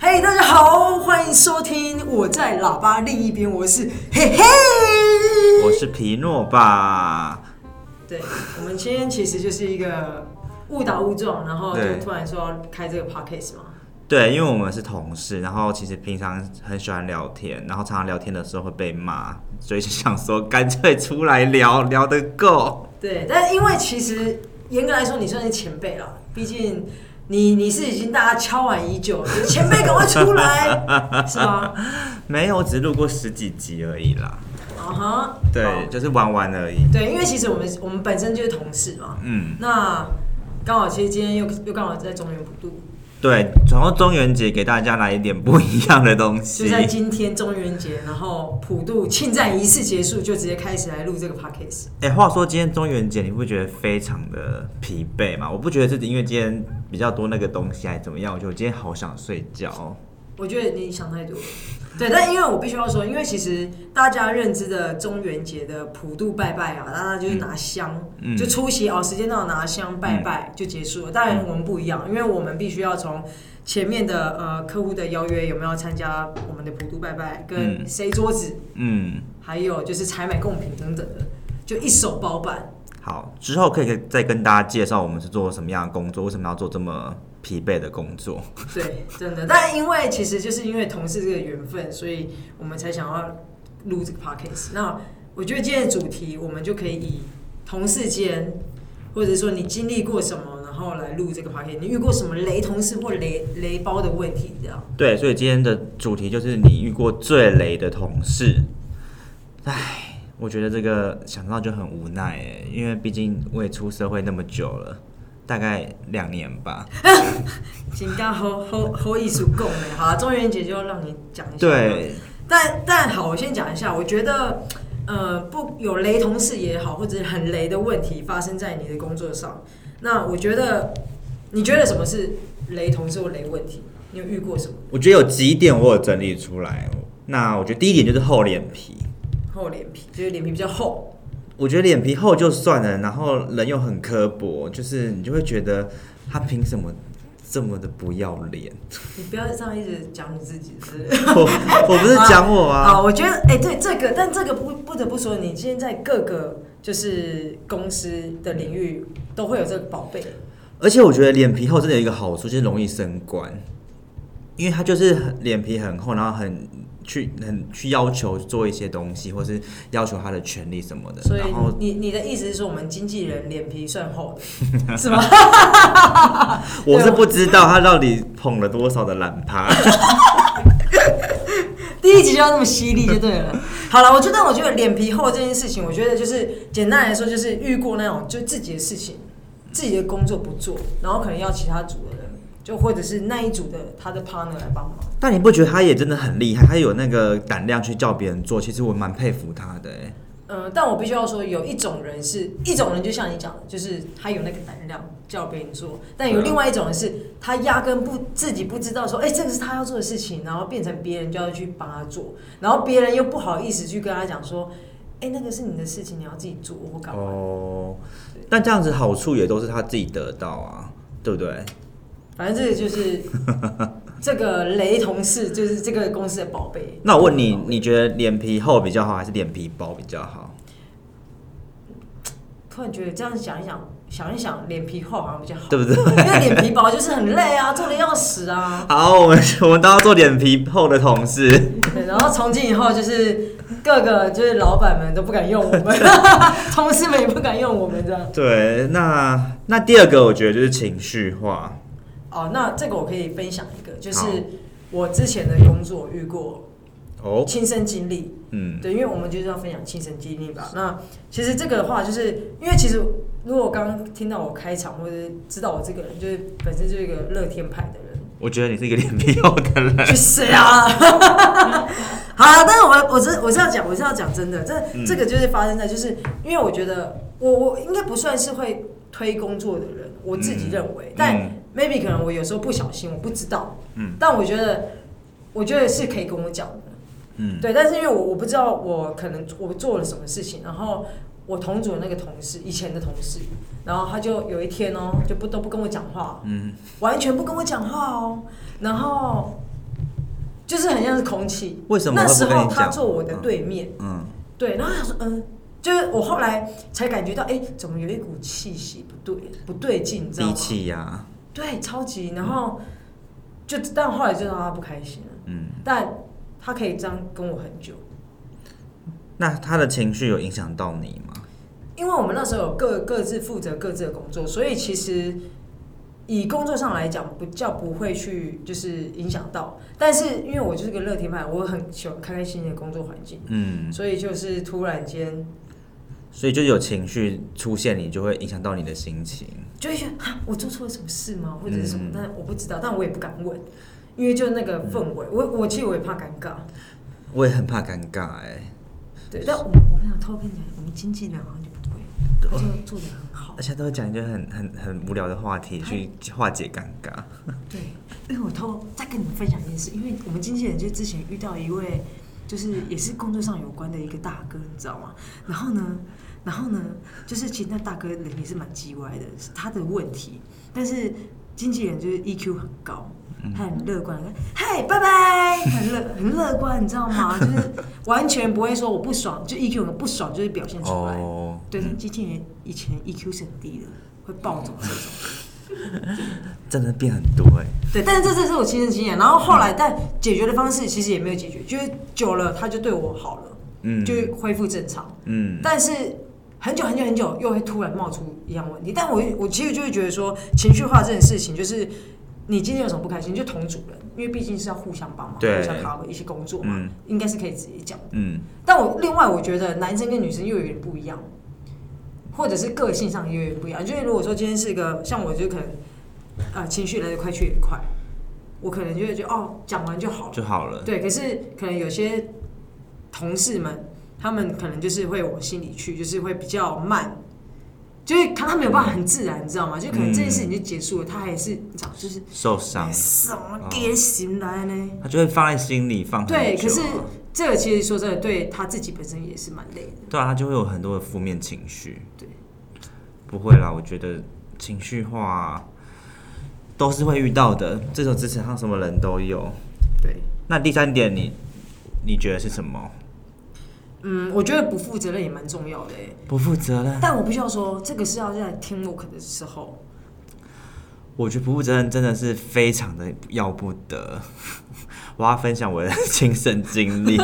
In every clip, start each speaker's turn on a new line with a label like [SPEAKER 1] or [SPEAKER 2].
[SPEAKER 1] 嘿大家好，欢迎收听我在喇叭另一边，我是嘿嘿。
[SPEAKER 2] 我是皮诺爸，
[SPEAKER 1] 对，我们今天其实就是一个误打误撞，然后就
[SPEAKER 2] 对
[SPEAKER 1] 突然说要开这个 podcast 嘛。
[SPEAKER 2] 对，因为我们是同事，然后其实平常很喜欢聊天，然后常常聊天的时候会被骂，所以就想说干脆出来聊 聊得够。
[SPEAKER 1] 对，但因为其实严格来说，你算是前辈啦，毕竟你你是已经大家敲碗已久，就是前辈赶快出 来，是吗？
[SPEAKER 2] 没有，我只是录过十几集而已啦。
[SPEAKER 1] 啊哈，好
[SPEAKER 2] 对，就是玩玩而已。
[SPEAKER 1] 对，因为其实我们我们本身就是同事嘛，
[SPEAKER 2] 嗯，
[SPEAKER 1] 那刚好其实今天又又刚好在中原普渡，
[SPEAKER 2] 对，然后中元节给大家来一点不一样的东
[SPEAKER 1] 就
[SPEAKER 2] 西。
[SPEAKER 1] 在今天中元节，然后普渡庆战仪式结束，就直接开始来录这个 podcast。
[SPEAKER 2] 哎、话说今天中元节，你不觉得非常的疲惫吗？我不觉得是因为今天比较多那个东西还是怎么样，我觉得我今天好想睡觉哦。
[SPEAKER 1] 我觉得你想太多了，对，但因为我必须要说，因为其实大家认知的中元节的普渡拜拜啊，大家就是拿香，
[SPEAKER 2] 嗯
[SPEAKER 1] 就出席哦，时间到拿香拜拜就结束了。当然我们不一样，因为我们必须要从前面的呃客户的邀约有没有参加我们的普渡拜拜，跟
[SPEAKER 2] 嗯
[SPEAKER 1] 谁桌子，
[SPEAKER 2] 嗯。
[SPEAKER 1] 还有就是采买贡品等等的，就一手包办。
[SPEAKER 2] 好，之后可以再跟大家介绍我们是做什么样的工作，为什么要做这么疲惫的工作。
[SPEAKER 1] 对，真的。但因为其实就是因为同事这个缘分，所以我们才想要录这个 podcast。那我觉得今天的主题，我们就可以以同事间，或者说你经历过什么，然后来录这个 podcast。你遇过什么雷同事或雷雷包的问题？这样
[SPEAKER 2] 对，所以今天的主题就是你遇过最雷的同事。唉，我觉得这个想到就很无奈哎，因为毕竟我也出社会那么久了，大概两年吧。
[SPEAKER 1] 请大家和和和艺术共鸣。好啊，中元节就要让你讲一下。
[SPEAKER 2] 对，
[SPEAKER 1] 但但好，我先讲一下，我觉得，呃，不有雷同事也好，或者很雷的问题发生在你的工作上，那我觉得，你觉得什么是雷同事或雷问题？你有遇过什么
[SPEAKER 2] 我觉得有几点我有整理出来。那我觉得第一点就是厚脸皮，
[SPEAKER 1] 厚脸皮，就是脸皮比较厚，
[SPEAKER 2] 我觉得脸皮厚就算了，然后人又很刻薄，就是你就会觉得他凭什么这么的不要脸？
[SPEAKER 1] 你不要这样一直讲你自己是不是。
[SPEAKER 2] 我我不是讲我啊，
[SPEAKER 1] 好，我觉得，哎、对这个，但这个不不得不说，你今天在各个就是公司的领域都会有这个宝贝，
[SPEAKER 2] 而且我觉得脸皮厚真的有一个好处，就是容易升官，因为他就是很脸皮很厚，然后很去很去要求做一些东西，或是要求他的权利什么的，
[SPEAKER 1] 所以
[SPEAKER 2] 然后
[SPEAKER 1] 你你的意思是说，我们经纪人脸皮算厚的， 是吗？
[SPEAKER 2] 我是不知道他到底捧了多少的懒趴。
[SPEAKER 1] 第一集就要那么犀利就对了。好了，我觉得我觉得脸皮厚这件事情，我觉得就是简单来说，就是遇过那种就自己的事情，自己的工作不做，然后可能要其他组的人，就或者是那一组的他的 partner 来帮忙。
[SPEAKER 2] 但你不觉得他也真的很厉害？他有那个胆量去叫别人做，其实我蛮佩服他的、欸。
[SPEAKER 1] 嗯，但我必须要说，有一种人是一种人，就像你讲的，就是他有那个胆量叫别人做；但有
[SPEAKER 2] 对啊
[SPEAKER 1] 另外一种人是，他压根不自己不知道说，哎、这个是他要做的事情，然后变成别人就要去帮他做，然后别人又不好意思去跟他讲说，哎、那个是你的事情，你要自己做或干嘛。
[SPEAKER 2] 哦，但这样子好处也都是他自己得到啊，对不对？
[SPEAKER 1] 反正这个就是 这个雷同事，就是这个公司的宝贝。
[SPEAKER 2] 那我问你，你觉得脸皮厚比较好，还是脸皮薄比较好？
[SPEAKER 1] 突然觉得这样想一想，想一想，脸皮厚好像比较好，
[SPEAKER 2] 对不对？
[SPEAKER 1] 因为脸皮薄就是很累啊，做的要死啊。
[SPEAKER 2] 好，我们我们都要做脸皮厚的同事，
[SPEAKER 1] 对，然后从今以后就是各个就是老板们都不敢用我们，同事们也不敢用我们这样。
[SPEAKER 2] 对。那那第二个，我觉得就是情绪化，
[SPEAKER 1] 哦，那这个我可以分享一个，就是
[SPEAKER 2] 好
[SPEAKER 1] 我之前的工作遇过
[SPEAKER 2] 哦，
[SPEAKER 1] 亲身经历。
[SPEAKER 2] 嗯，
[SPEAKER 1] 对，因为我们就是要分享亲身经历吧。那其实这个的话，就是因为其实如果刚刚听到我开场，或者是知道我这个人，就是本身就是一个乐天派的人，
[SPEAKER 2] 我觉得你是一个脸皮厚的人，
[SPEAKER 1] 去死啊！ 好啊，但是我我是我是要讲，我是要讲真的，这、
[SPEAKER 2] 嗯
[SPEAKER 1] 这个就是发生在，就是因为我觉得我我应该不算是会推工作的人，我自己认为，
[SPEAKER 2] 嗯
[SPEAKER 1] 但
[SPEAKER 2] 嗯
[SPEAKER 1] maybe 可能我有时候不小心，我不知道，
[SPEAKER 2] 嗯
[SPEAKER 1] 但我觉得我觉得是可以跟我讲的，
[SPEAKER 2] 嗯，
[SPEAKER 1] 对，但是因为我我不知道我可能我做了什么事情，然后我同组的那个同事，以前的同事，然后他就有一天哦，就不都不跟我讲话，
[SPEAKER 2] 嗯，
[SPEAKER 1] 完全不跟我讲话哦，然后就是很像是空气。
[SPEAKER 2] 为什么
[SPEAKER 1] 那
[SPEAKER 2] 会
[SPEAKER 1] 时
[SPEAKER 2] 不跟
[SPEAKER 1] 候
[SPEAKER 2] 你
[SPEAKER 1] 他
[SPEAKER 2] 讲？
[SPEAKER 1] 坐我的对面，
[SPEAKER 2] 嗯，
[SPEAKER 1] 对，然后他说，嗯，就是我后来才感觉到，哎、怎么有一股气息不对，不对劲，你知道
[SPEAKER 2] 低
[SPEAKER 1] 吗？
[SPEAKER 2] 气啊压、
[SPEAKER 1] 对，超级。然后就，但后来就让他不开心了。
[SPEAKER 2] 嗯，
[SPEAKER 1] 但他可以这样跟我很久，
[SPEAKER 2] 那他的情绪有影响到你吗？
[SPEAKER 1] 因为我们那时候有各各自负责各自的工作，所以其实以工作上来讲，不叫不会去就是影响到。但是因为我就是个乐天派，我很喜欢开开心心的工作环境，
[SPEAKER 2] 嗯，
[SPEAKER 1] 所以就是突然间
[SPEAKER 2] 所以就有情绪出现，你就会影响到你的心情。
[SPEAKER 1] 就会觉得啊，我做错了什么事吗？或者是什么
[SPEAKER 2] 嗯？
[SPEAKER 1] 但我不知道，但我也不敢问，因为就那个氛
[SPEAKER 2] 嗯
[SPEAKER 1] 围，我我其实我也怕尴尬。
[SPEAKER 2] 我也很怕尴尬哎、
[SPEAKER 1] 对，但我们我跟你讲，偷偷跟你讲，我们经纪人好像就不会，他就做的很好
[SPEAKER 2] 而。且都会讲一些很很很无聊的话题
[SPEAKER 1] 哎
[SPEAKER 2] 去化解尴尬。
[SPEAKER 1] 对，因为我偷再跟你们分享一件事，因为我们经纪人就之前遇到一位，就是也是工作上有关的一个大哥，你知道吗？然后呢，然后呢，就是其实那大哥人也是蛮叽歪的，是他的问题，但是经纪人就是 EQ 很高。他很乐观，嗨，拜拜，很乐很乐观，你知道吗？就是完全不会说我不爽，就 EQ 很不爽，就是表现出来。
[SPEAKER 2] 哦，
[SPEAKER 1] 对，但经纪人以前 EQ 是很低的，会暴走这种。
[SPEAKER 2] 真的变很多哎、
[SPEAKER 1] 对，但是这次是我亲身经验。然后后来，但解决的方式其实也没有解决，就是久了他就对我好了，
[SPEAKER 2] 嗯，
[SPEAKER 1] 就恢复正常。
[SPEAKER 2] 嗯，
[SPEAKER 1] 但是很久很久很久又会突然冒出一样问题。但我我其实就会觉得说，情绪化这件事情，就是你今天有什么不开心，就同主人，因为毕竟是要互相帮忙、
[SPEAKER 2] 对
[SPEAKER 1] 互相 cover 一起工作嘛，
[SPEAKER 2] 嗯
[SPEAKER 1] 应该是可以直接讲。
[SPEAKER 2] 嗯，
[SPEAKER 1] 但我另外我觉得男生跟女生又有点不一样，或者是个性上也有点不一样。就是如果说今天是一个像我，就可能啊、呃情绪来得快去得快，我可能就会觉得哦讲完就好了。
[SPEAKER 2] 就好了。
[SPEAKER 1] 对，可是可能有些同事们，他们可能就是会往心里去，就是会比较慢。就是他没有办法很自然，你知道吗？就可能这件事情就结束了，他还是你知道，就是
[SPEAKER 2] 受伤，
[SPEAKER 1] 什么给醒来呢？
[SPEAKER 2] 他就会放在心里放很久啊
[SPEAKER 1] 对，可是这个其实说真的，对他自己本身也是蛮累的。
[SPEAKER 2] 对啊，他就会有很多的负面情绪。
[SPEAKER 1] 对，
[SPEAKER 2] 不会啦，我觉得情绪化都是会遇到的，这种职场上什么人都有。
[SPEAKER 1] 对，
[SPEAKER 2] 那第三点你，你觉得是什么？
[SPEAKER 1] 嗯，我觉得不负责任也蛮重要的欸、
[SPEAKER 2] 不负责任？
[SPEAKER 1] 但我必须要说，这个是要在 teamwork 的时候，
[SPEAKER 2] 我觉得不负责任真的是非常的要不得。 我要分享我的亲身经历，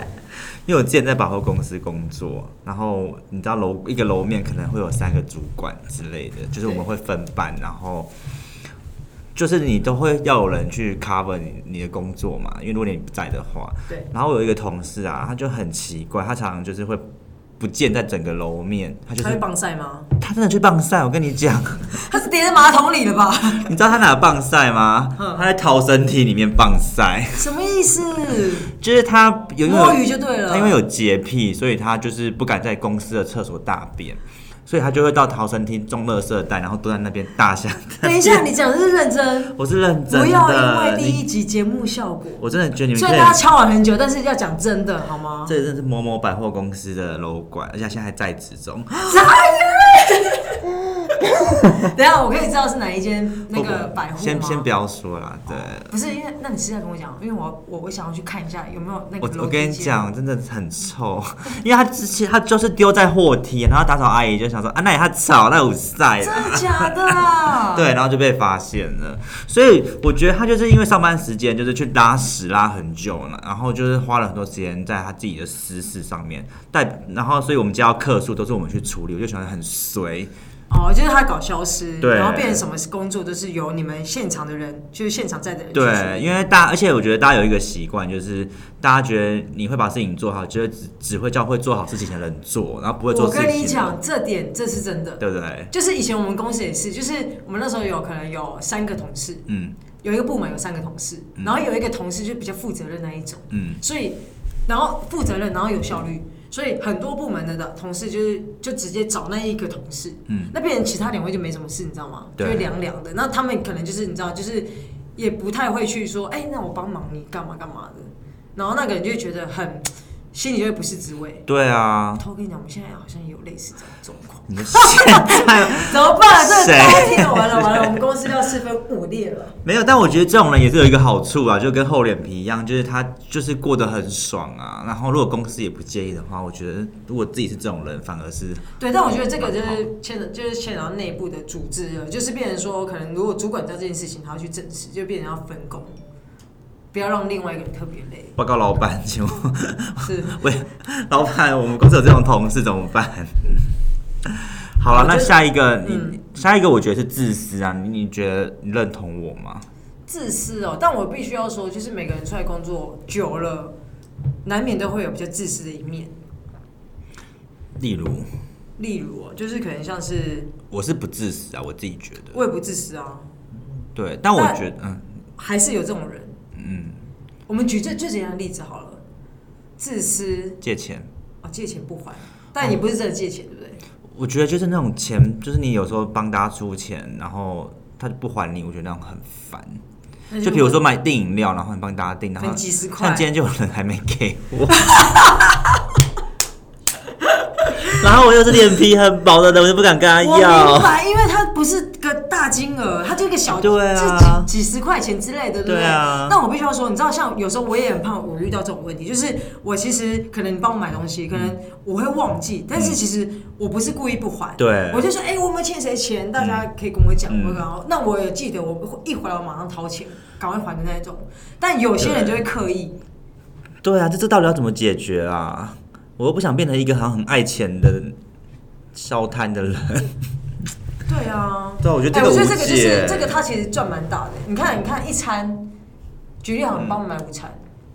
[SPEAKER 2] 因为我之前在百货公司工作，然后你知道楼一个楼面可能会有三个主管之类的，就是我们会分班，然后就是你都会要有人去 cover 你你的工作嘛，因为如果你不在的话，
[SPEAKER 1] 对，
[SPEAKER 2] 然后我有一个同事啊，他就很奇怪，他常常就是会不见在整个楼面，他就
[SPEAKER 1] 他会
[SPEAKER 2] 是
[SPEAKER 1] 棒晒吗？
[SPEAKER 2] 他真的去棒赛，我跟你讲。
[SPEAKER 1] 他是跌在马桶里了吧？
[SPEAKER 2] 你知道他哪棒赛吗？
[SPEAKER 1] 嗯
[SPEAKER 2] 他在逃生梯里面棒赛，
[SPEAKER 1] 什么意思？
[SPEAKER 2] 就是他有因为有
[SPEAKER 1] 摸鱼就对了
[SPEAKER 2] 他因为有洁癖，所以他就是不敢在公司的厕所大便，所以他就会到逃生梯中垃圾袋，然后蹲在那边大下。
[SPEAKER 1] 等一下，你讲的是认真，
[SPEAKER 2] 我是认 真的，
[SPEAKER 1] 不要因为第
[SPEAKER 2] 你
[SPEAKER 1] 一集节目效果，
[SPEAKER 2] 我真的觉得你们
[SPEAKER 1] 虽
[SPEAKER 2] 可
[SPEAKER 1] 然
[SPEAKER 2] 以
[SPEAKER 1] 大家敲完很久，但是要讲真的好吗？
[SPEAKER 2] 这真的是某某百货公司的楼管，而且他现在还在职中。
[SPEAKER 1] 等一下我可以知道是哪一间那个百货吗？
[SPEAKER 2] 先先不要说啦，对。
[SPEAKER 1] 不是因为，那你是在跟我讲，因为我我我想要去看一下有没有那个
[SPEAKER 2] 我
[SPEAKER 1] 楼
[SPEAKER 2] 我
[SPEAKER 1] 梯
[SPEAKER 2] 跟你
[SPEAKER 1] 间，
[SPEAKER 2] 讲，真的很臭，因为他之前他就是丢在货梯，然后打扫阿姨就想说啊，那也他吵，那有晒啦。
[SPEAKER 1] 真的假的 啊？
[SPEAKER 2] 对，然后就被发现了。所以我觉得他就是因为上班时间就是去拉屎拉很久了，然后就是花了很多时间在他自己的私事上面。代然后，所以我们接到客诉都是我们去处理，我就觉得很随。
[SPEAKER 1] 哦，就是他搞消失，
[SPEAKER 2] 对
[SPEAKER 1] 然后变成什么工作都是由你们现场的人，就是现场在的人去处
[SPEAKER 2] 对，
[SPEAKER 1] 理
[SPEAKER 2] 因为大，而且我觉得大家有一个习惯，就是大家觉得你会把事情做好，就是只只会叫会做好事情的人做，然后不会做
[SPEAKER 1] 我
[SPEAKER 2] 事情的
[SPEAKER 1] 跟
[SPEAKER 2] 人。
[SPEAKER 1] 你讲，这点这是真的。
[SPEAKER 2] 对不对？
[SPEAKER 1] 就是以前我们公司也是，就是我们那时候有可能有三个同事，
[SPEAKER 2] 嗯
[SPEAKER 1] 有一个部门有三个同事，然后有一个同事就比较负责任那一种，
[SPEAKER 2] 嗯，
[SPEAKER 1] 所以然后负责任，然后有效率，所以很多部门的的同事就是就直接找那一个同事，
[SPEAKER 2] 嗯，
[SPEAKER 1] 那变成其他两位就没什么事，你知道吗？
[SPEAKER 2] 对
[SPEAKER 1] 就会凉凉的。那他们可能就是你知道，就是也不太会去说，哎、那我帮忙你干嘛干嘛的。然后那个人就会觉得很心里就会不是滋味。
[SPEAKER 2] 对啊，
[SPEAKER 1] 偷跟你讲，我们现在好像也有类似这种状况，
[SPEAKER 2] 你们现在
[SPEAKER 1] 怎么办？这
[SPEAKER 2] 谁
[SPEAKER 1] 个听完了完了，我们公司要四分五裂了。
[SPEAKER 2] 没有，但我觉得这种人也是有一个好处啊，就跟厚脸皮一样，就是他就是过得很爽啊。然后如果公司也不介意的话，我觉得如果自己是这种人，反而是
[SPEAKER 1] 对，但我觉得这个就是牵扯，就是牵扯到内部的组织了，就是变成说，可能如果主管知道这件事情，他要去证实，就变成要分工，不要让另外一个人特别累。
[SPEAKER 2] 报告老板，请问
[SPEAKER 1] 是，
[SPEAKER 2] 喂，老板，我们公司有这种同事怎么办？ 好了，
[SPEAKER 1] 我觉
[SPEAKER 2] 那
[SPEAKER 1] 得
[SPEAKER 2] 下一个你、下一个我觉得是自私啊，你你觉得你认同我吗？
[SPEAKER 1] 自私哦，但我必须要说，就是每个人出来工作久了，难免都会有比较自私的一面。
[SPEAKER 2] 例如，
[SPEAKER 1] 例如、哦，就是可能像是
[SPEAKER 2] 我是不自私啊，我自己觉得，
[SPEAKER 1] 我也不自私啊，
[SPEAKER 2] 对，但我
[SPEAKER 1] 但
[SPEAKER 2] 觉得，嗯
[SPEAKER 1] 还是有这种人。
[SPEAKER 2] 嗯，
[SPEAKER 1] 我们举最最简单的例子好了，自私
[SPEAKER 2] 借钱，
[SPEAKER 1] 啊、哦，借钱不还，但你不是真的借钱，对不对？
[SPEAKER 2] 我觉得就是那种钱，就是你有时候帮大家出钱，然后他就不还你，我觉得那种很烦。
[SPEAKER 1] 那
[SPEAKER 2] 就比如说买订饮料，然后你帮大家订，然后
[SPEAKER 1] 分几十块
[SPEAKER 2] 像今天就有人还没给 我，然后我又是脸皮很薄的人，我就不敢跟他
[SPEAKER 1] 我明
[SPEAKER 2] 要。
[SPEAKER 1] 白，因为它不是个大金额，它就一个小，
[SPEAKER 2] 对啊
[SPEAKER 1] 就几几十块钱之类的，对不对？
[SPEAKER 2] 对啊
[SPEAKER 1] 但我必须要说，你知道，像有时候我也很怕我遇到这种问题，就是我其实可能你帮我买东西，可
[SPEAKER 2] 嗯
[SPEAKER 1] 能我会忘记，但是其实我不是故意不还，
[SPEAKER 2] 对
[SPEAKER 1] 我就说，哎、我有没有欠谁钱？大家可以跟我讲，
[SPEAKER 2] 嗯
[SPEAKER 1] 我会跟他那我也记得，我会一回来我马上掏钱，赶快还的那一种。但有些人就会刻意，
[SPEAKER 2] 对啊，这这到底要怎么解决啊？我又不想变成一个好像很爱钱的烧炭的人。
[SPEAKER 1] 对啊，
[SPEAKER 2] 对啊我觉得
[SPEAKER 1] 哎
[SPEAKER 2] 这个
[SPEAKER 1] 我觉得
[SPEAKER 2] 无
[SPEAKER 1] 这个就
[SPEAKER 2] 解
[SPEAKER 1] 是这个，他其实赚蛮大的。你看，你看一餐，举例好，你帮我买午餐，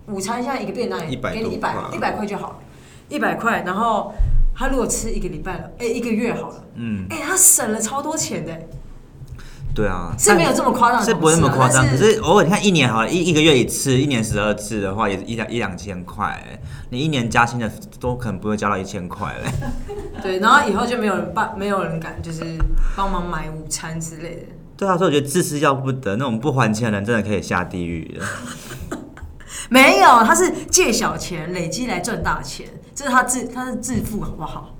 [SPEAKER 1] 午餐现在一个便当也
[SPEAKER 2] 100
[SPEAKER 1] 给你一百
[SPEAKER 2] 多
[SPEAKER 1] 一
[SPEAKER 2] 块
[SPEAKER 1] 百块就好了，一百块，然后他如果吃一个礼拜了，哎、一个月好了，
[SPEAKER 2] 嗯，
[SPEAKER 1] 哎、他省了超多钱的，
[SPEAKER 2] 对啊，
[SPEAKER 1] 是没有这么夸张的同事啊，
[SPEAKER 2] 是不会那么夸张，
[SPEAKER 1] 但
[SPEAKER 2] 可是偶尔你看一年好了，一一个月一次，一年十二次的话，也是一两一两千块、你一年加薪的都可能不会加到一千块嘞、
[SPEAKER 1] 对，然后以后就没有人帮，没有人敢就是帮忙买午餐之类的。
[SPEAKER 2] 对啊，所以我觉得自私要不得，那种不还钱的人真的可以下地狱 的。
[SPEAKER 1] 没有，他是借小钱累积来赚大钱，这是他自他是致富，好不好？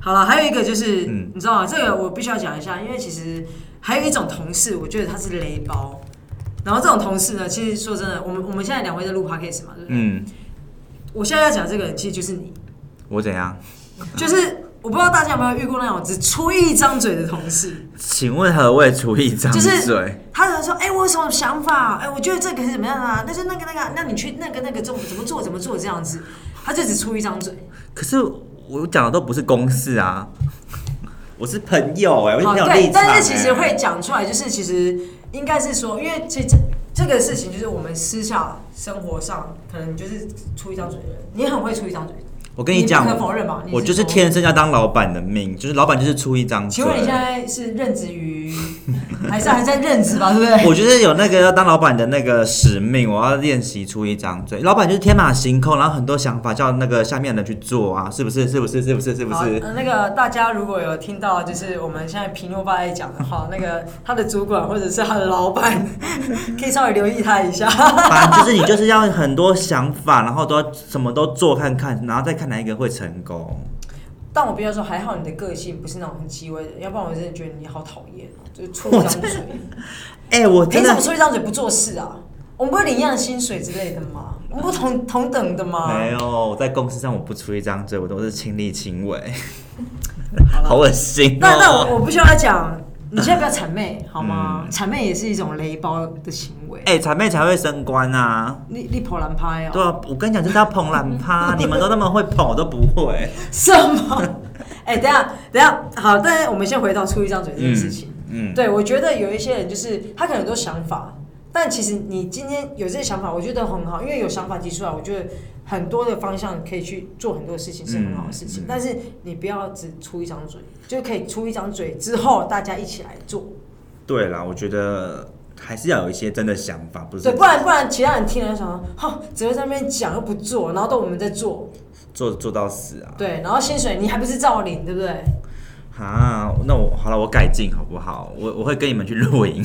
[SPEAKER 1] 好了，还有一个就是，
[SPEAKER 2] 嗯
[SPEAKER 1] 你知道吗？这个我必须要讲一下，因为其实还有一种同事，我觉得他是雷包。然后这种同事呢，其实说真的，我们我们现在两位在录 podcast 嘛，对不对？
[SPEAKER 2] 嗯，
[SPEAKER 1] 我现在要讲这个人，其实就是你，
[SPEAKER 2] 我怎样？
[SPEAKER 1] 就是我不知道大家有没有遇过那种只出一张嘴的同事。
[SPEAKER 2] 请问何谓出一张
[SPEAKER 1] 就
[SPEAKER 2] 嘴？
[SPEAKER 1] 是他可能说，哎、我有什么想法？哎、我觉得这个是怎么样啊？那就那个那个，那你去那个那个怎么怎么做怎么做这样子，他就只出一张嘴。
[SPEAKER 2] 可是我讲的都不是公事啊， 我是朋友哎、我是
[SPEAKER 1] 好，
[SPEAKER 2] 朋友立
[SPEAKER 1] 哦对，
[SPEAKER 2] 场、欸
[SPEAKER 1] 但是其实会，讲出来，就是其实应该是说，因为其实这这个事情就是我们私下生活上可能就是出一张嘴的人，你很会出一张嘴。
[SPEAKER 2] 我跟你讲，
[SPEAKER 1] 你不可否认吧你是
[SPEAKER 2] 我就是
[SPEAKER 1] 说
[SPEAKER 2] 天生要当老板的命，就是老板就是出一张嘴
[SPEAKER 1] 请。问你现在是任职于，还是还在任职吧？对不 对？
[SPEAKER 2] 我就是有那个要当老板的那个使命，我要练习出一张嘴。老板就是天马行空，然后很多想法叫那个下面的人去做啊，是不是？是不是？是不是？是不
[SPEAKER 1] 好，
[SPEAKER 2] 是？
[SPEAKER 1] 呃那个大家如果有听到，就是我们现在皮诺爸在讲的话，那个他的主管或者是他的老板， 可以稍微留意他一下。
[SPEAKER 2] 反正就是你就是要很多想法，然后都要什么都做看看，然后再看哪一个会成功。
[SPEAKER 1] 但我必须要说，还好你的个性不是那种很机微的，要不然我真的觉得你好讨厌哦，就是出一张 嘴，
[SPEAKER 2] 哎、我
[SPEAKER 1] 凭
[SPEAKER 2] 真
[SPEAKER 1] 什
[SPEAKER 2] 的
[SPEAKER 1] 么出一张嘴不做事啊？我们不是领一样的薪水之类的吗？我们不同同等的吗？
[SPEAKER 2] 没有，我在公司上我不出一张嘴，我都是亲力亲为，
[SPEAKER 1] 好
[SPEAKER 2] 好
[SPEAKER 1] 了，
[SPEAKER 2] 恶心、哦。
[SPEAKER 1] 那那我我不需要讲，你现在不要谄 媚好吗？谄媚也是一种雷包的行为，
[SPEAKER 2] 嗯哎，谄媚才会升官啊！
[SPEAKER 1] 你你破烂拍哦
[SPEAKER 2] 对。啊，我跟你讲，就是要捧懒 趴，你们都那么会捧，我都不会。
[SPEAKER 1] 什么？ 哎、等一下，等一下，好，但是我们先回到出一张嘴这件事情。
[SPEAKER 2] 嗯，
[SPEAKER 1] 对，我觉得有一些人就是他可能有很多想法，但其实你今天有这些想法，我觉得很好，因为有想法提出来，我觉得很多的方向可以去做很多事情是很好的事
[SPEAKER 2] 嗯
[SPEAKER 1] 情。但是你不要只出一张嘴，就可以出一张嘴之后大家一起来做，
[SPEAKER 2] 对啦，我觉得还是要有一些真的想法，不是
[SPEAKER 1] 对，不然不然其他人听了就想说，哈，只会在那边讲又不做，然后都我们在做，
[SPEAKER 2] 做做到死啊！
[SPEAKER 1] 对，然后薪水你还不是照领，对不对？
[SPEAKER 2] 啊，那我好了，我改进好不好？我我会跟你们去露 营。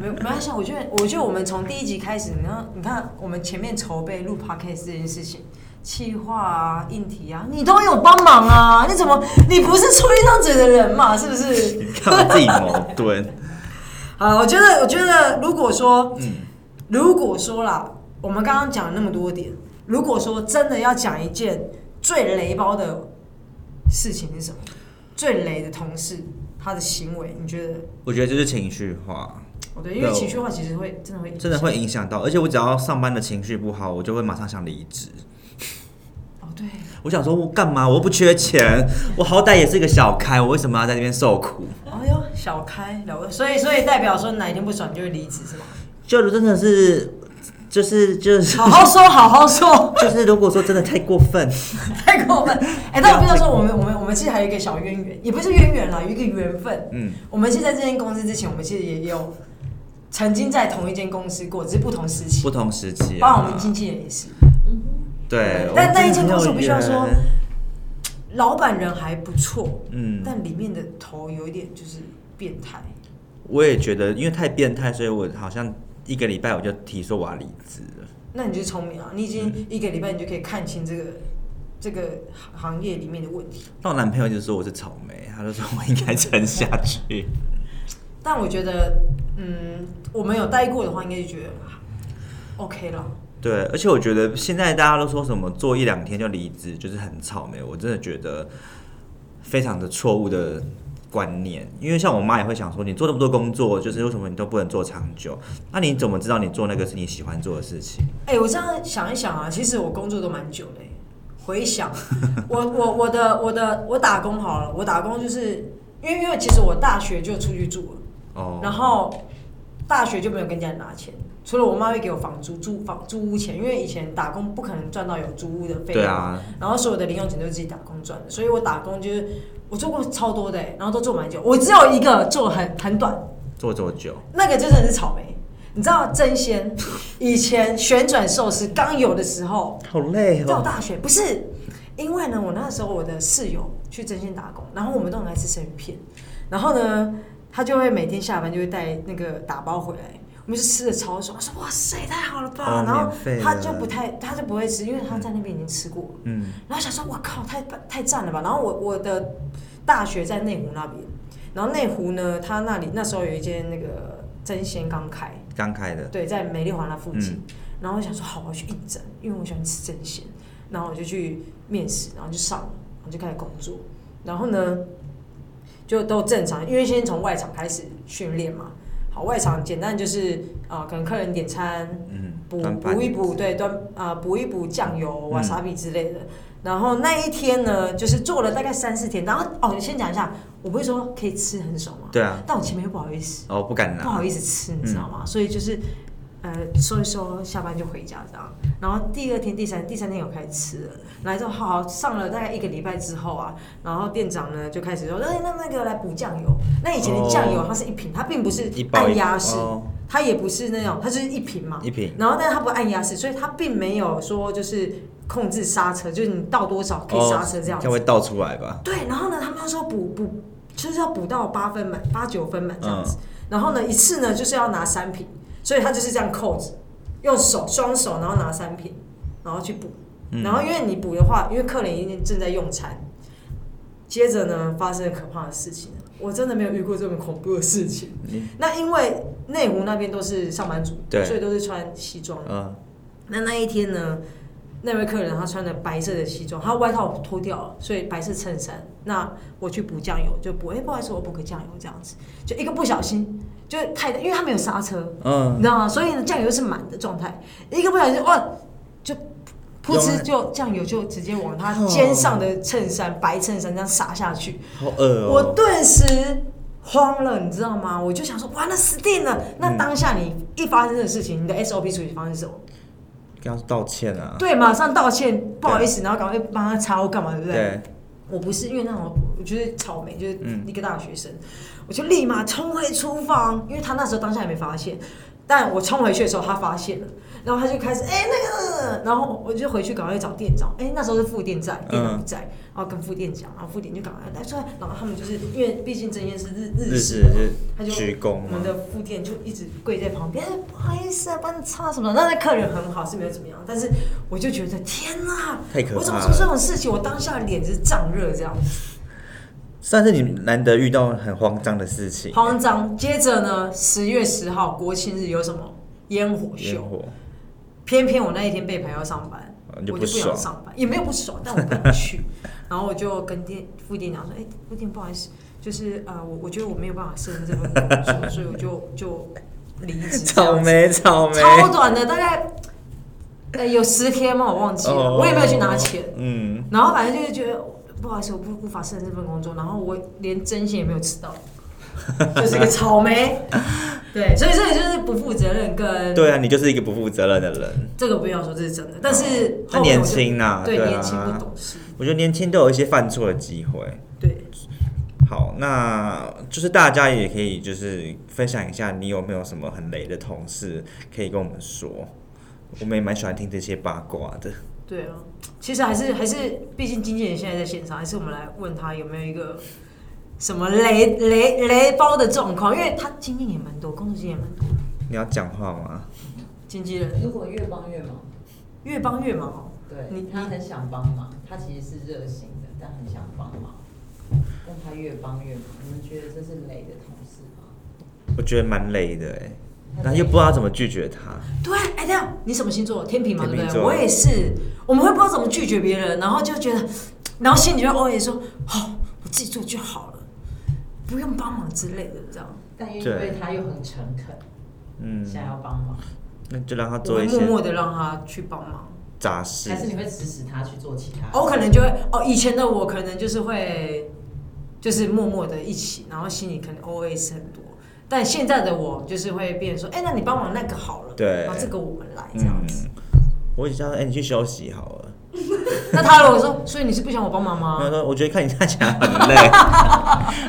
[SPEAKER 1] 没没关系，我觉得我觉得我们从第一集开始，你看你看我们前面筹备录 podcast 这件事情，气化啊、硬体啊，你都有帮忙啊，你怎么你不是出一张嘴的人嘛？是不是？
[SPEAKER 2] 你看我自己矛盾，
[SPEAKER 1] 啊，我觉得，我觉得，如果说，
[SPEAKER 2] 嗯
[SPEAKER 1] 如果说啦，我们刚刚讲了那么多点，如果说真的要讲一件最雷包的事情是什么？最雷的同事他的行为，你觉得？
[SPEAKER 2] 我觉得这是情绪化，
[SPEAKER 1] 哦，对，因为
[SPEAKER 2] 对
[SPEAKER 1] 情绪化其实会真的会影响
[SPEAKER 2] 真的会影响到，而且我只要上班的情绪不好，我就会马上想离职。
[SPEAKER 1] 哦，对，
[SPEAKER 2] 我想说，我干嘛？我又不缺钱，我好歹也是一个小开，我为什么要在那边受苦？
[SPEAKER 1] 哎呦，小开了不，所以所以代表说哪一天不爽你就会离职是吗？
[SPEAKER 2] 就真的是，就是就是
[SPEAKER 1] 好好说，好好说，
[SPEAKER 2] 就是，如果说真的太过分，
[SPEAKER 1] 太过分。哎、但我必须要说，我们我们我们其实还有一个小渊源，也不是渊源啦，有一个缘分。
[SPEAKER 2] 嗯，
[SPEAKER 1] 我们现在这间公司之前，我们其实也有曾经在同一间公司过，只是不同时期
[SPEAKER 2] 不。同时期、
[SPEAKER 1] 包
[SPEAKER 2] 啊，
[SPEAKER 1] 括我们经纪人也是，
[SPEAKER 2] 对，
[SPEAKER 1] 但
[SPEAKER 2] 我
[SPEAKER 1] 但一间
[SPEAKER 2] 真的
[SPEAKER 1] 公司
[SPEAKER 2] 很有
[SPEAKER 1] 我必须要说
[SPEAKER 2] 缘
[SPEAKER 1] 老板人还不错，
[SPEAKER 2] 嗯，
[SPEAKER 1] 但里面的头有一点就是变态。
[SPEAKER 2] 我也觉得，因为太变态，所以我好像一个礼拜我就提说我要离职了。
[SPEAKER 1] 那你就聪明啊，你已
[SPEAKER 2] 嗯
[SPEAKER 1] 经一个礼拜你就可以看清这个这个行行业里面的问题。
[SPEAKER 2] 那我男朋友就说我是草莓，他就说我应该撑下去。
[SPEAKER 1] 但我觉得，嗯，我们有待过的话，应该就觉得啊 OK 了。
[SPEAKER 2] 对，而且我觉得现在大家都说什么做一两天就离职，就是很草莓。我真的觉得非常的错误的观念，因为像我妈也会想说，你做那么多工作，就是为什么你都不能做长久？那你怎么知道你做那个是你喜欢做的事情？
[SPEAKER 1] 哎、我这样想一想啊，其实我工作都蛮久的欸、回 想，我我我的我的我打工好了，我打工就是因为因为其实我大学就出去住了，
[SPEAKER 2] 哦，
[SPEAKER 1] 然后大学就没有跟家里拿钱，除了我妈会给我房租租房租屋钱，因为以前打工不可能赚到有租屋的费
[SPEAKER 2] 对
[SPEAKER 1] 用，
[SPEAKER 2] 啊，
[SPEAKER 1] 然后所有的零用钱都是自己打工赚的，所以我打工就是我做过超多的欸、然后都做蛮久，我只有一个做很很短，
[SPEAKER 2] 做多久？
[SPEAKER 1] 那个就真的是草莓。你知道真鲜以前旋转寿司刚有的时候，
[SPEAKER 2] 好累
[SPEAKER 1] 在我。大学不是，因为呢，我那时候我的室友去真心打工，然后我们都很爱吃生鱼片，然后呢，他就会每天下班就会带那个打包回来，我们就吃的超爽，我说哇塞太好了吧，
[SPEAKER 2] 哦
[SPEAKER 1] 然后
[SPEAKER 2] 免费
[SPEAKER 1] 他
[SPEAKER 2] 的
[SPEAKER 1] 就不太他就不会吃，因为他在那边已经吃过，
[SPEAKER 2] 嗯，
[SPEAKER 1] 然后想说，哇靠，太太赞了吧！然后我我的大学在内湖那边，然后内湖呢，它那里那时候有一间那个真鲜刚开，
[SPEAKER 2] 刚开的，
[SPEAKER 1] 对，在美丽华那附近。
[SPEAKER 2] 嗯
[SPEAKER 1] 然后我想说，好，我要去应征，因为我喜欢吃真鲜。然后我就去面试，然后就上了，然后就开始工作。然后呢，就都正常，因为先从外场开始训练嘛。好，外场简单就是啊、呃可能客人点餐，
[SPEAKER 2] 嗯，
[SPEAKER 1] 补
[SPEAKER 2] 端
[SPEAKER 1] 补
[SPEAKER 2] 盘
[SPEAKER 1] 一补，对，端啊、补一补酱油、
[SPEAKER 2] 嗯
[SPEAKER 1] 瓦萨比之类的。然后那一天呢，就是做了大概三四天。然后哦，先讲一下，我不是说可以吃很爽吗？
[SPEAKER 2] 对啊，
[SPEAKER 1] 但我前面又不好意思，
[SPEAKER 2] 哦，不敢
[SPEAKER 1] 不好
[SPEAKER 2] 拿，
[SPEAKER 1] 意思吃，你知道
[SPEAKER 2] 嗯
[SPEAKER 1] 吗？所以就是呃，收一收，下班就回家这样。然后第二天、第三第三天有开始吃了，来之后好好上了大概一个礼拜之后啊，然后店长呢就开始说，哎、那那个来补酱油。那以前的酱油
[SPEAKER 2] 哦
[SPEAKER 1] 它是一瓶，它并不是
[SPEAKER 2] 一包
[SPEAKER 1] 按
[SPEAKER 2] 一
[SPEAKER 1] 压式，
[SPEAKER 2] 哦
[SPEAKER 1] 它也不是那种，它就是一瓶嘛。
[SPEAKER 2] 一瓶，
[SPEAKER 1] 然后，但是它不按压式，所以它并没有说就是控制刹车，就是你倒多少可以刹车这样
[SPEAKER 2] 哦
[SPEAKER 1] 子。
[SPEAKER 2] 这样会倒出来吧？
[SPEAKER 1] 对，然后呢，他们就说补补，就是要补到八分满、八九分满这
[SPEAKER 2] 嗯
[SPEAKER 1] 样子。然后呢，一次呢就是要拿三瓶，所以他就是这样扣着，用手双手，然后拿三瓶，然后去补。
[SPEAKER 2] 嗯
[SPEAKER 1] 然后因为你补的话，因为客人一定正在用餐，接着呢发生了可怕的事情了，我真的没有遇过这么恐怖的事情。
[SPEAKER 2] 你
[SPEAKER 1] 那因为内湖那边都是上班族，
[SPEAKER 2] 嗯对
[SPEAKER 1] 所以都是穿西装。
[SPEAKER 2] 嗯，
[SPEAKER 1] 那那一天呢，那位客人他穿的白色的西装，他外套脱掉了，所以白色衬衫。那我去补酱油，就补，哎、不好意思，我补个酱油这样子，就一个不小心，就太，因为他没有刹车，你
[SPEAKER 2] 嗯，
[SPEAKER 1] 知道吗？所以呢，酱油是满的状态，一个不小心，哇，就噗
[SPEAKER 2] 用
[SPEAKER 1] 嗤
[SPEAKER 2] 了哦
[SPEAKER 1] 就酱油就直接往他肩上的衬衫、白衬衫这样洒下去。
[SPEAKER 2] 好饿
[SPEAKER 1] 我
[SPEAKER 2] 哦，
[SPEAKER 1] 顿时慌了，你知道吗？我就想说，完了，死定了！那
[SPEAKER 2] 嗯
[SPEAKER 1] 当下你一发生的事情，你的 SOP 处理方式是什么？
[SPEAKER 2] 跟他道歉啊，
[SPEAKER 1] 对，马上道歉，不好意思，然后赶快帮他擦或干嘛，对不对？
[SPEAKER 2] 对，
[SPEAKER 1] 我不是因为那种，我觉得草莓就是
[SPEAKER 2] 嗯
[SPEAKER 1] 一个大学生，我就立马冲回厨房，因为他那时候当下也没发现。但我冲回去的时候，他发现了，然后他就开始哎、那个，然后我就回去赶快找店长，哎、那时候是副店在，店长不在，然后跟副店讲，然后副店就赶快来出来，然后他们就是因为毕竟这件事日
[SPEAKER 2] 日
[SPEAKER 1] 式
[SPEAKER 2] 式
[SPEAKER 1] 的嘛，他
[SPEAKER 2] 是
[SPEAKER 1] 就
[SPEAKER 2] 鞠躬
[SPEAKER 1] 我
[SPEAKER 2] 嘛
[SPEAKER 1] 们，的副店就一直跪在旁边，哎不好意思啊，帮你擦什么的。那那客人很好，是没有怎么样，但是我就觉得天哪，
[SPEAKER 2] 太可
[SPEAKER 1] 我怎么
[SPEAKER 2] 怕
[SPEAKER 1] 做这
[SPEAKER 2] 了。
[SPEAKER 1] 种事情？我当下脸就是胀热这样，
[SPEAKER 2] 算是你难得遇到很慌张的事情，
[SPEAKER 1] 慌张。接着呢，十月十号国庆日有什么烟火
[SPEAKER 2] 烟
[SPEAKER 1] 秀？
[SPEAKER 2] 火
[SPEAKER 1] 偏偏我那一天被排要上班，
[SPEAKER 2] 啊
[SPEAKER 1] 我
[SPEAKER 2] 你就
[SPEAKER 1] 就
[SPEAKER 2] 不
[SPEAKER 1] 不想
[SPEAKER 2] 爽
[SPEAKER 1] 上班，也没有不爽，但我不能 去。然后我就跟店副店长说：“哎、副店不好意思，就是呃，我我觉得我没有办法胜任这份工作，所以我就就离职。”
[SPEAKER 2] 草莓草莓，
[SPEAKER 1] 超短的，大 概呃有十天吗？我忘记了，
[SPEAKER 2] 哦
[SPEAKER 1] 我也没有去拿钱。
[SPEAKER 2] 嗯，
[SPEAKER 1] 然后反正就是觉得不好意思，我不无法胜任这份工作，然后我连真心也没有吃 到，就是一个草莓。对，所以这个就是不负责任跟
[SPEAKER 2] 对啊，你就是一个不负责任的人。
[SPEAKER 1] 这个不要说这是真的，但是
[SPEAKER 2] 哦他
[SPEAKER 1] 后面
[SPEAKER 2] 年
[SPEAKER 1] 我就
[SPEAKER 2] 轻呐，
[SPEAKER 1] 对
[SPEAKER 2] 啊，
[SPEAKER 1] 年轻不懂事，
[SPEAKER 2] 我觉得年轻都有一些犯错的机会。
[SPEAKER 1] 对。
[SPEAKER 2] 好，那就是大家也可以就是分享一下，你有没有什么很雷的同事可以跟我们说？我们也蛮喜欢听这些八卦的。
[SPEAKER 1] 对啊，其实还是还是，毕竟经纪人现在在现场，还是我们来问他有没有一个什么雷雷雷包的状况，因为他经验也蛮多，工作经验也蛮多。
[SPEAKER 2] 你要讲话吗？
[SPEAKER 1] 经纪人
[SPEAKER 3] 如果越帮越忙，
[SPEAKER 1] 越帮越忙哦，
[SPEAKER 3] 对
[SPEAKER 1] 你，
[SPEAKER 3] 他很想帮忙，他其实是热心的，但很想帮忙，但他越帮越忙。你们觉得这是累的同事吗？
[SPEAKER 2] 我觉得蛮雷的哎、
[SPEAKER 3] 他
[SPEAKER 2] 然后又不知道怎么拒绝他。
[SPEAKER 1] 对，哎，这样你什么星座？天平嘛，对
[SPEAKER 2] 天
[SPEAKER 1] 不对？
[SPEAKER 2] 秤座
[SPEAKER 1] 我也是，我们会不知道怎么拒绝别人，然后就觉得，然后心里就 o 也说，哦，我自己做就好了，不用帮忙之类的，这样。
[SPEAKER 3] 但因
[SPEAKER 2] 对
[SPEAKER 3] 为他又很诚恳，
[SPEAKER 2] 嗯，
[SPEAKER 3] 想要帮忙，
[SPEAKER 2] 那就让他
[SPEAKER 1] 我
[SPEAKER 2] 做
[SPEAKER 1] 会
[SPEAKER 2] 一
[SPEAKER 1] 默
[SPEAKER 2] 些
[SPEAKER 1] 默的让他去帮忙。
[SPEAKER 2] 杂事
[SPEAKER 3] 还。是你会指使他去做其他？
[SPEAKER 1] 哦，我可能就会哦，以前的我可能就是会，就是默默的一起，然后心里可能 OS 很多。但现在的我就是会变成说，哎、那你帮忙那个好了，
[SPEAKER 2] 对
[SPEAKER 1] 然后这个我们来这样
[SPEAKER 2] 嗯
[SPEAKER 1] 子。，
[SPEAKER 2] 我也叫他哎、你去休息好了。
[SPEAKER 1] 那他如果说， 所以你是不想我帮忙
[SPEAKER 2] 他
[SPEAKER 1] 吗？
[SPEAKER 2] 说我觉得看你看起来很累，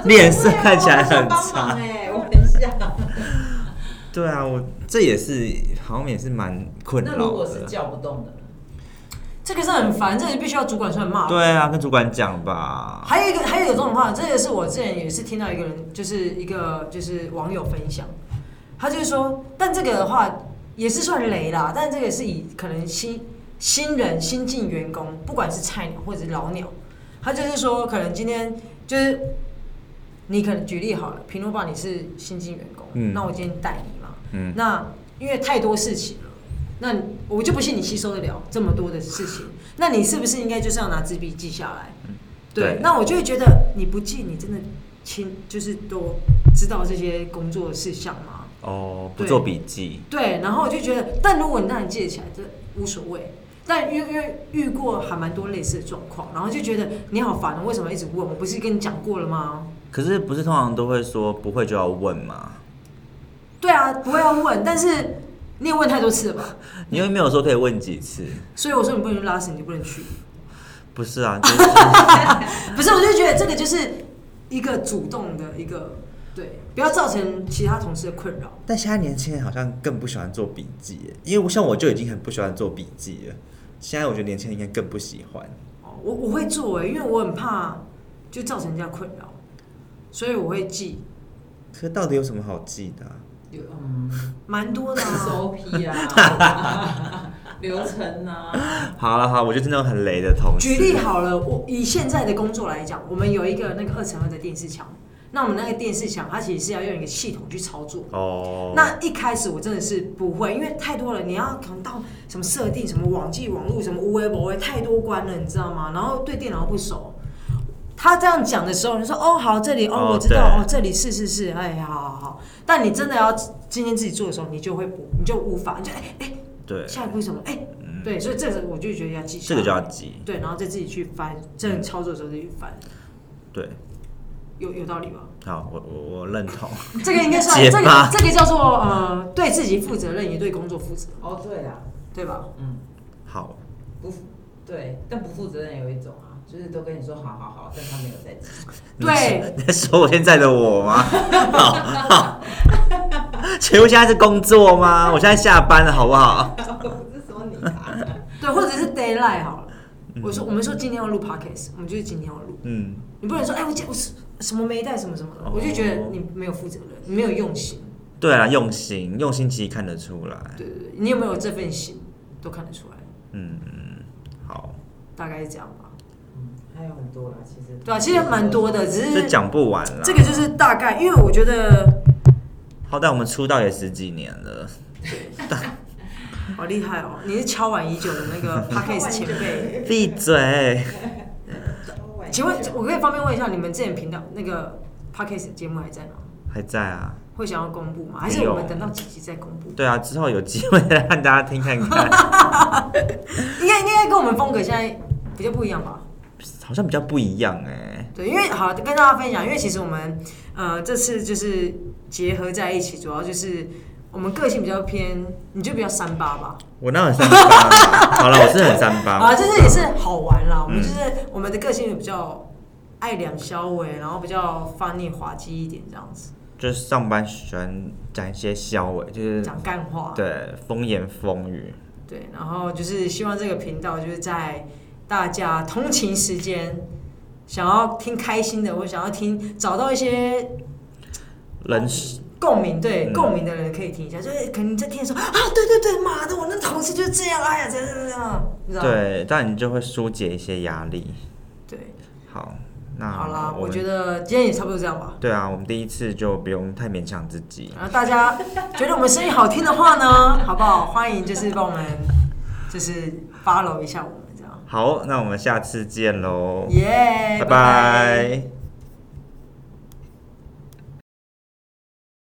[SPEAKER 2] 脸色
[SPEAKER 3] 啊
[SPEAKER 2] 看起来很差。
[SPEAKER 3] 哎、我很想。
[SPEAKER 2] 对啊，我这也是好像也是蛮困
[SPEAKER 3] 那如
[SPEAKER 2] 扰
[SPEAKER 3] 果是
[SPEAKER 2] 的。
[SPEAKER 3] 叫不动的呢，
[SPEAKER 1] 这个是很烦，这个必须要主管出来骂。
[SPEAKER 2] 对啊，跟主管讲吧。
[SPEAKER 1] 还有一个，还有这种话，这也是我之前也是听到一个人，就是一个就是网友分享，他就是说，但这个的话也是算雷啦，但这个是以可能新新人新进员工，不管是菜鸟或者是老鸟，他就是说，可能今天就是你可能举例好了，平路爸你是新进员工，
[SPEAKER 2] 嗯
[SPEAKER 1] 那我今天带你嘛，
[SPEAKER 2] 嗯
[SPEAKER 1] 那因为太多事情了，那你我就不信你吸收得了这么多的事情，那你是不是应该就是要拿纸笔记下来？对
[SPEAKER 2] 对，
[SPEAKER 1] 那我就会觉得你不记，你真的清就是都知道这些工作事项吗？
[SPEAKER 2] 哦，不
[SPEAKER 1] 对
[SPEAKER 2] 做笔记。
[SPEAKER 1] 对，然后我就觉得，但如果你让你记得起来，这无所谓。但遇遇遇过还蛮多类似的状况，然后就觉得你好烦哦，为什么一直问？我不是跟你讲过了吗？
[SPEAKER 2] 可是不是通常都会说不会就要问吗？
[SPEAKER 1] 对啊，不会要问，但是你也问太多次了吧？
[SPEAKER 2] 你又没有说可以问几次。
[SPEAKER 1] 所以我说你不能去拉屎，你就不能去。
[SPEAKER 2] 不是 啊，就是
[SPEAKER 1] 不是，我就觉得这个就是一个主动的一个，对，不要造成其他同事的困扰。
[SPEAKER 2] 但现在年轻人好像更不喜欢做笔记耶，因为我像我就已经很不喜欢做笔记了。现在我觉得年轻人应该更不喜欢。
[SPEAKER 1] 哦，我我会做哎、因为我很怕就造成人家困扰，所以我会记
[SPEAKER 2] 可是到底有什么好记的、啊？
[SPEAKER 3] 有嗯
[SPEAKER 1] 蛮多的、 啊。
[SPEAKER 3] SOP 啊，流程啊，
[SPEAKER 2] 好了好，我就是那种很雷的同事。
[SPEAKER 1] 举例好了，我以现在的工作来讲，我们有一个那个二乘二的电视墙，那我们那个电视墙它其实是要用一个系统去操作。
[SPEAKER 2] 哦，
[SPEAKER 1] 那一开始我真的是不会，因为太多了，你要可能到什么设定、什么网际网络、什么无微博微，太多关了，你知道吗？然后对电脑不熟。他这样讲的时候，你说哦好，这里
[SPEAKER 2] 哦
[SPEAKER 1] 哦我知道
[SPEAKER 2] 对
[SPEAKER 1] 哦这里是是是，哎好好好。但你真的要今天自己做的时候，你就会不，你就无法，你就哎哎
[SPEAKER 2] 对，
[SPEAKER 1] 下一步是什么哎、
[SPEAKER 2] 嗯
[SPEAKER 1] 对，所以这个我就觉得要记下
[SPEAKER 2] 这
[SPEAKER 1] 来，
[SPEAKER 2] 个就要记。
[SPEAKER 1] 对，然后再自己去翻，真的操作的时候再去翻，
[SPEAKER 2] 对，
[SPEAKER 1] 有有道 理吧？
[SPEAKER 2] 好，我我我认 同。
[SPEAKER 1] 这个应该算
[SPEAKER 2] 解
[SPEAKER 1] 这个
[SPEAKER 2] 吧
[SPEAKER 1] 这个叫做呃对自己负责任，也对工作负责，
[SPEAKER 3] 哦对啦，
[SPEAKER 1] 对吧？
[SPEAKER 3] 嗯，
[SPEAKER 2] 好，
[SPEAKER 3] 不负对，但不负责任有一种啊，就是都跟你说好好好，但他没有在记。
[SPEAKER 1] 对，
[SPEAKER 2] 你在说我现在的我吗？好好 请问现在是工作吗？我现在下班了，好不好？
[SPEAKER 3] 我是说你 啊，
[SPEAKER 1] 对，或者是 d a y l i g h t 好了。我说，我们说今天要录 podcast，我们就是今天要录。
[SPEAKER 2] 嗯，
[SPEAKER 1] 你不能说，哎，我今我是什么没带，什么什么的，
[SPEAKER 2] 哦
[SPEAKER 1] 我就觉得你没有负责任，你没有用心。
[SPEAKER 2] 对啊，用心，用心其实看得出来。
[SPEAKER 1] 对对对，你有没有这份心，都看得出来，
[SPEAKER 2] 嗯嗯，好，
[SPEAKER 1] 大概是这样吧。
[SPEAKER 3] 嗯，还有很多啦，其实
[SPEAKER 1] 对啊，其实蛮多的，只
[SPEAKER 2] 这
[SPEAKER 1] 是
[SPEAKER 2] 讲不完了。
[SPEAKER 1] 这个就是大概，因为我觉得
[SPEAKER 2] 好歹我们出道也十几年了，
[SPEAKER 1] 好厉害哦，你是敲碗已久的那 个 podcast 前辈。
[SPEAKER 2] 闭嘴。
[SPEAKER 1] 请问，我可以方便问一下，你们之前频道那个 podcast 节目还在吗？
[SPEAKER 2] 还在啊，
[SPEAKER 1] 会想要公布吗？还是
[SPEAKER 2] 没有
[SPEAKER 1] 我们等到几集再公布？
[SPEAKER 2] 对啊，之后有机会来让大家听看 看，
[SPEAKER 1] 应该应该跟我们风格现在比较不一样吧？
[SPEAKER 2] 好像比较不一样哎、
[SPEAKER 1] 对，因为好跟大家分享，因为其实我们呃这次就是结合在一起，主要就是我们个性比较偏，你就比较三八吧，
[SPEAKER 2] 我那很 三八，好了，我是很三八。
[SPEAKER 1] 啊，就是也是好玩啦。我们
[SPEAKER 2] 嗯
[SPEAKER 1] 就是、我们的个性比较爱两消微，然后比较翻腻滑稽一点这样子，
[SPEAKER 2] 就是上班喜欢讲一些笑话，就是
[SPEAKER 1] 讲干话。
[SPEAKER 2] 对风言风语，
[SPEAKER 1] 对，然后就是希望这个频道就是在大家通勤时间，想要听开心的，或想要听找到一些哦
[SPEAKER 2] 人是
[SPEAKER 1] 共鸣，对、
[SPEAKER 2] 嗯
[SPEAKER 1] 共鸣的人可以听一下，就是可能你在听的时候啊，对对对，妈的，我那同事就是这样，哎呀，这样这样这样，你知道吗？
[SPEAKER 2] 对，但你就会疏解一些压力。
[SPEAKER 1] 对，
[SPEAKER 2] 好，那
[SPEAKER 1] 好啦，我
[SPEAKER 2] 啊们
[SPEAKER 1] 觉得今天也差不多这样吧。
[SPEAKER 2] 对啊，我们第一次就不用太勉强自己。
[SPEAKER 1] 然后大家觉得我们声音好听的话 呢，好不好？欢迎就是帮我们就是 follow 一下我们这样，
[SPEAKER 2] 好，那我们下次见喽，
[SPEAKER 1] 耶、
[SPEAKER 2] 拜拜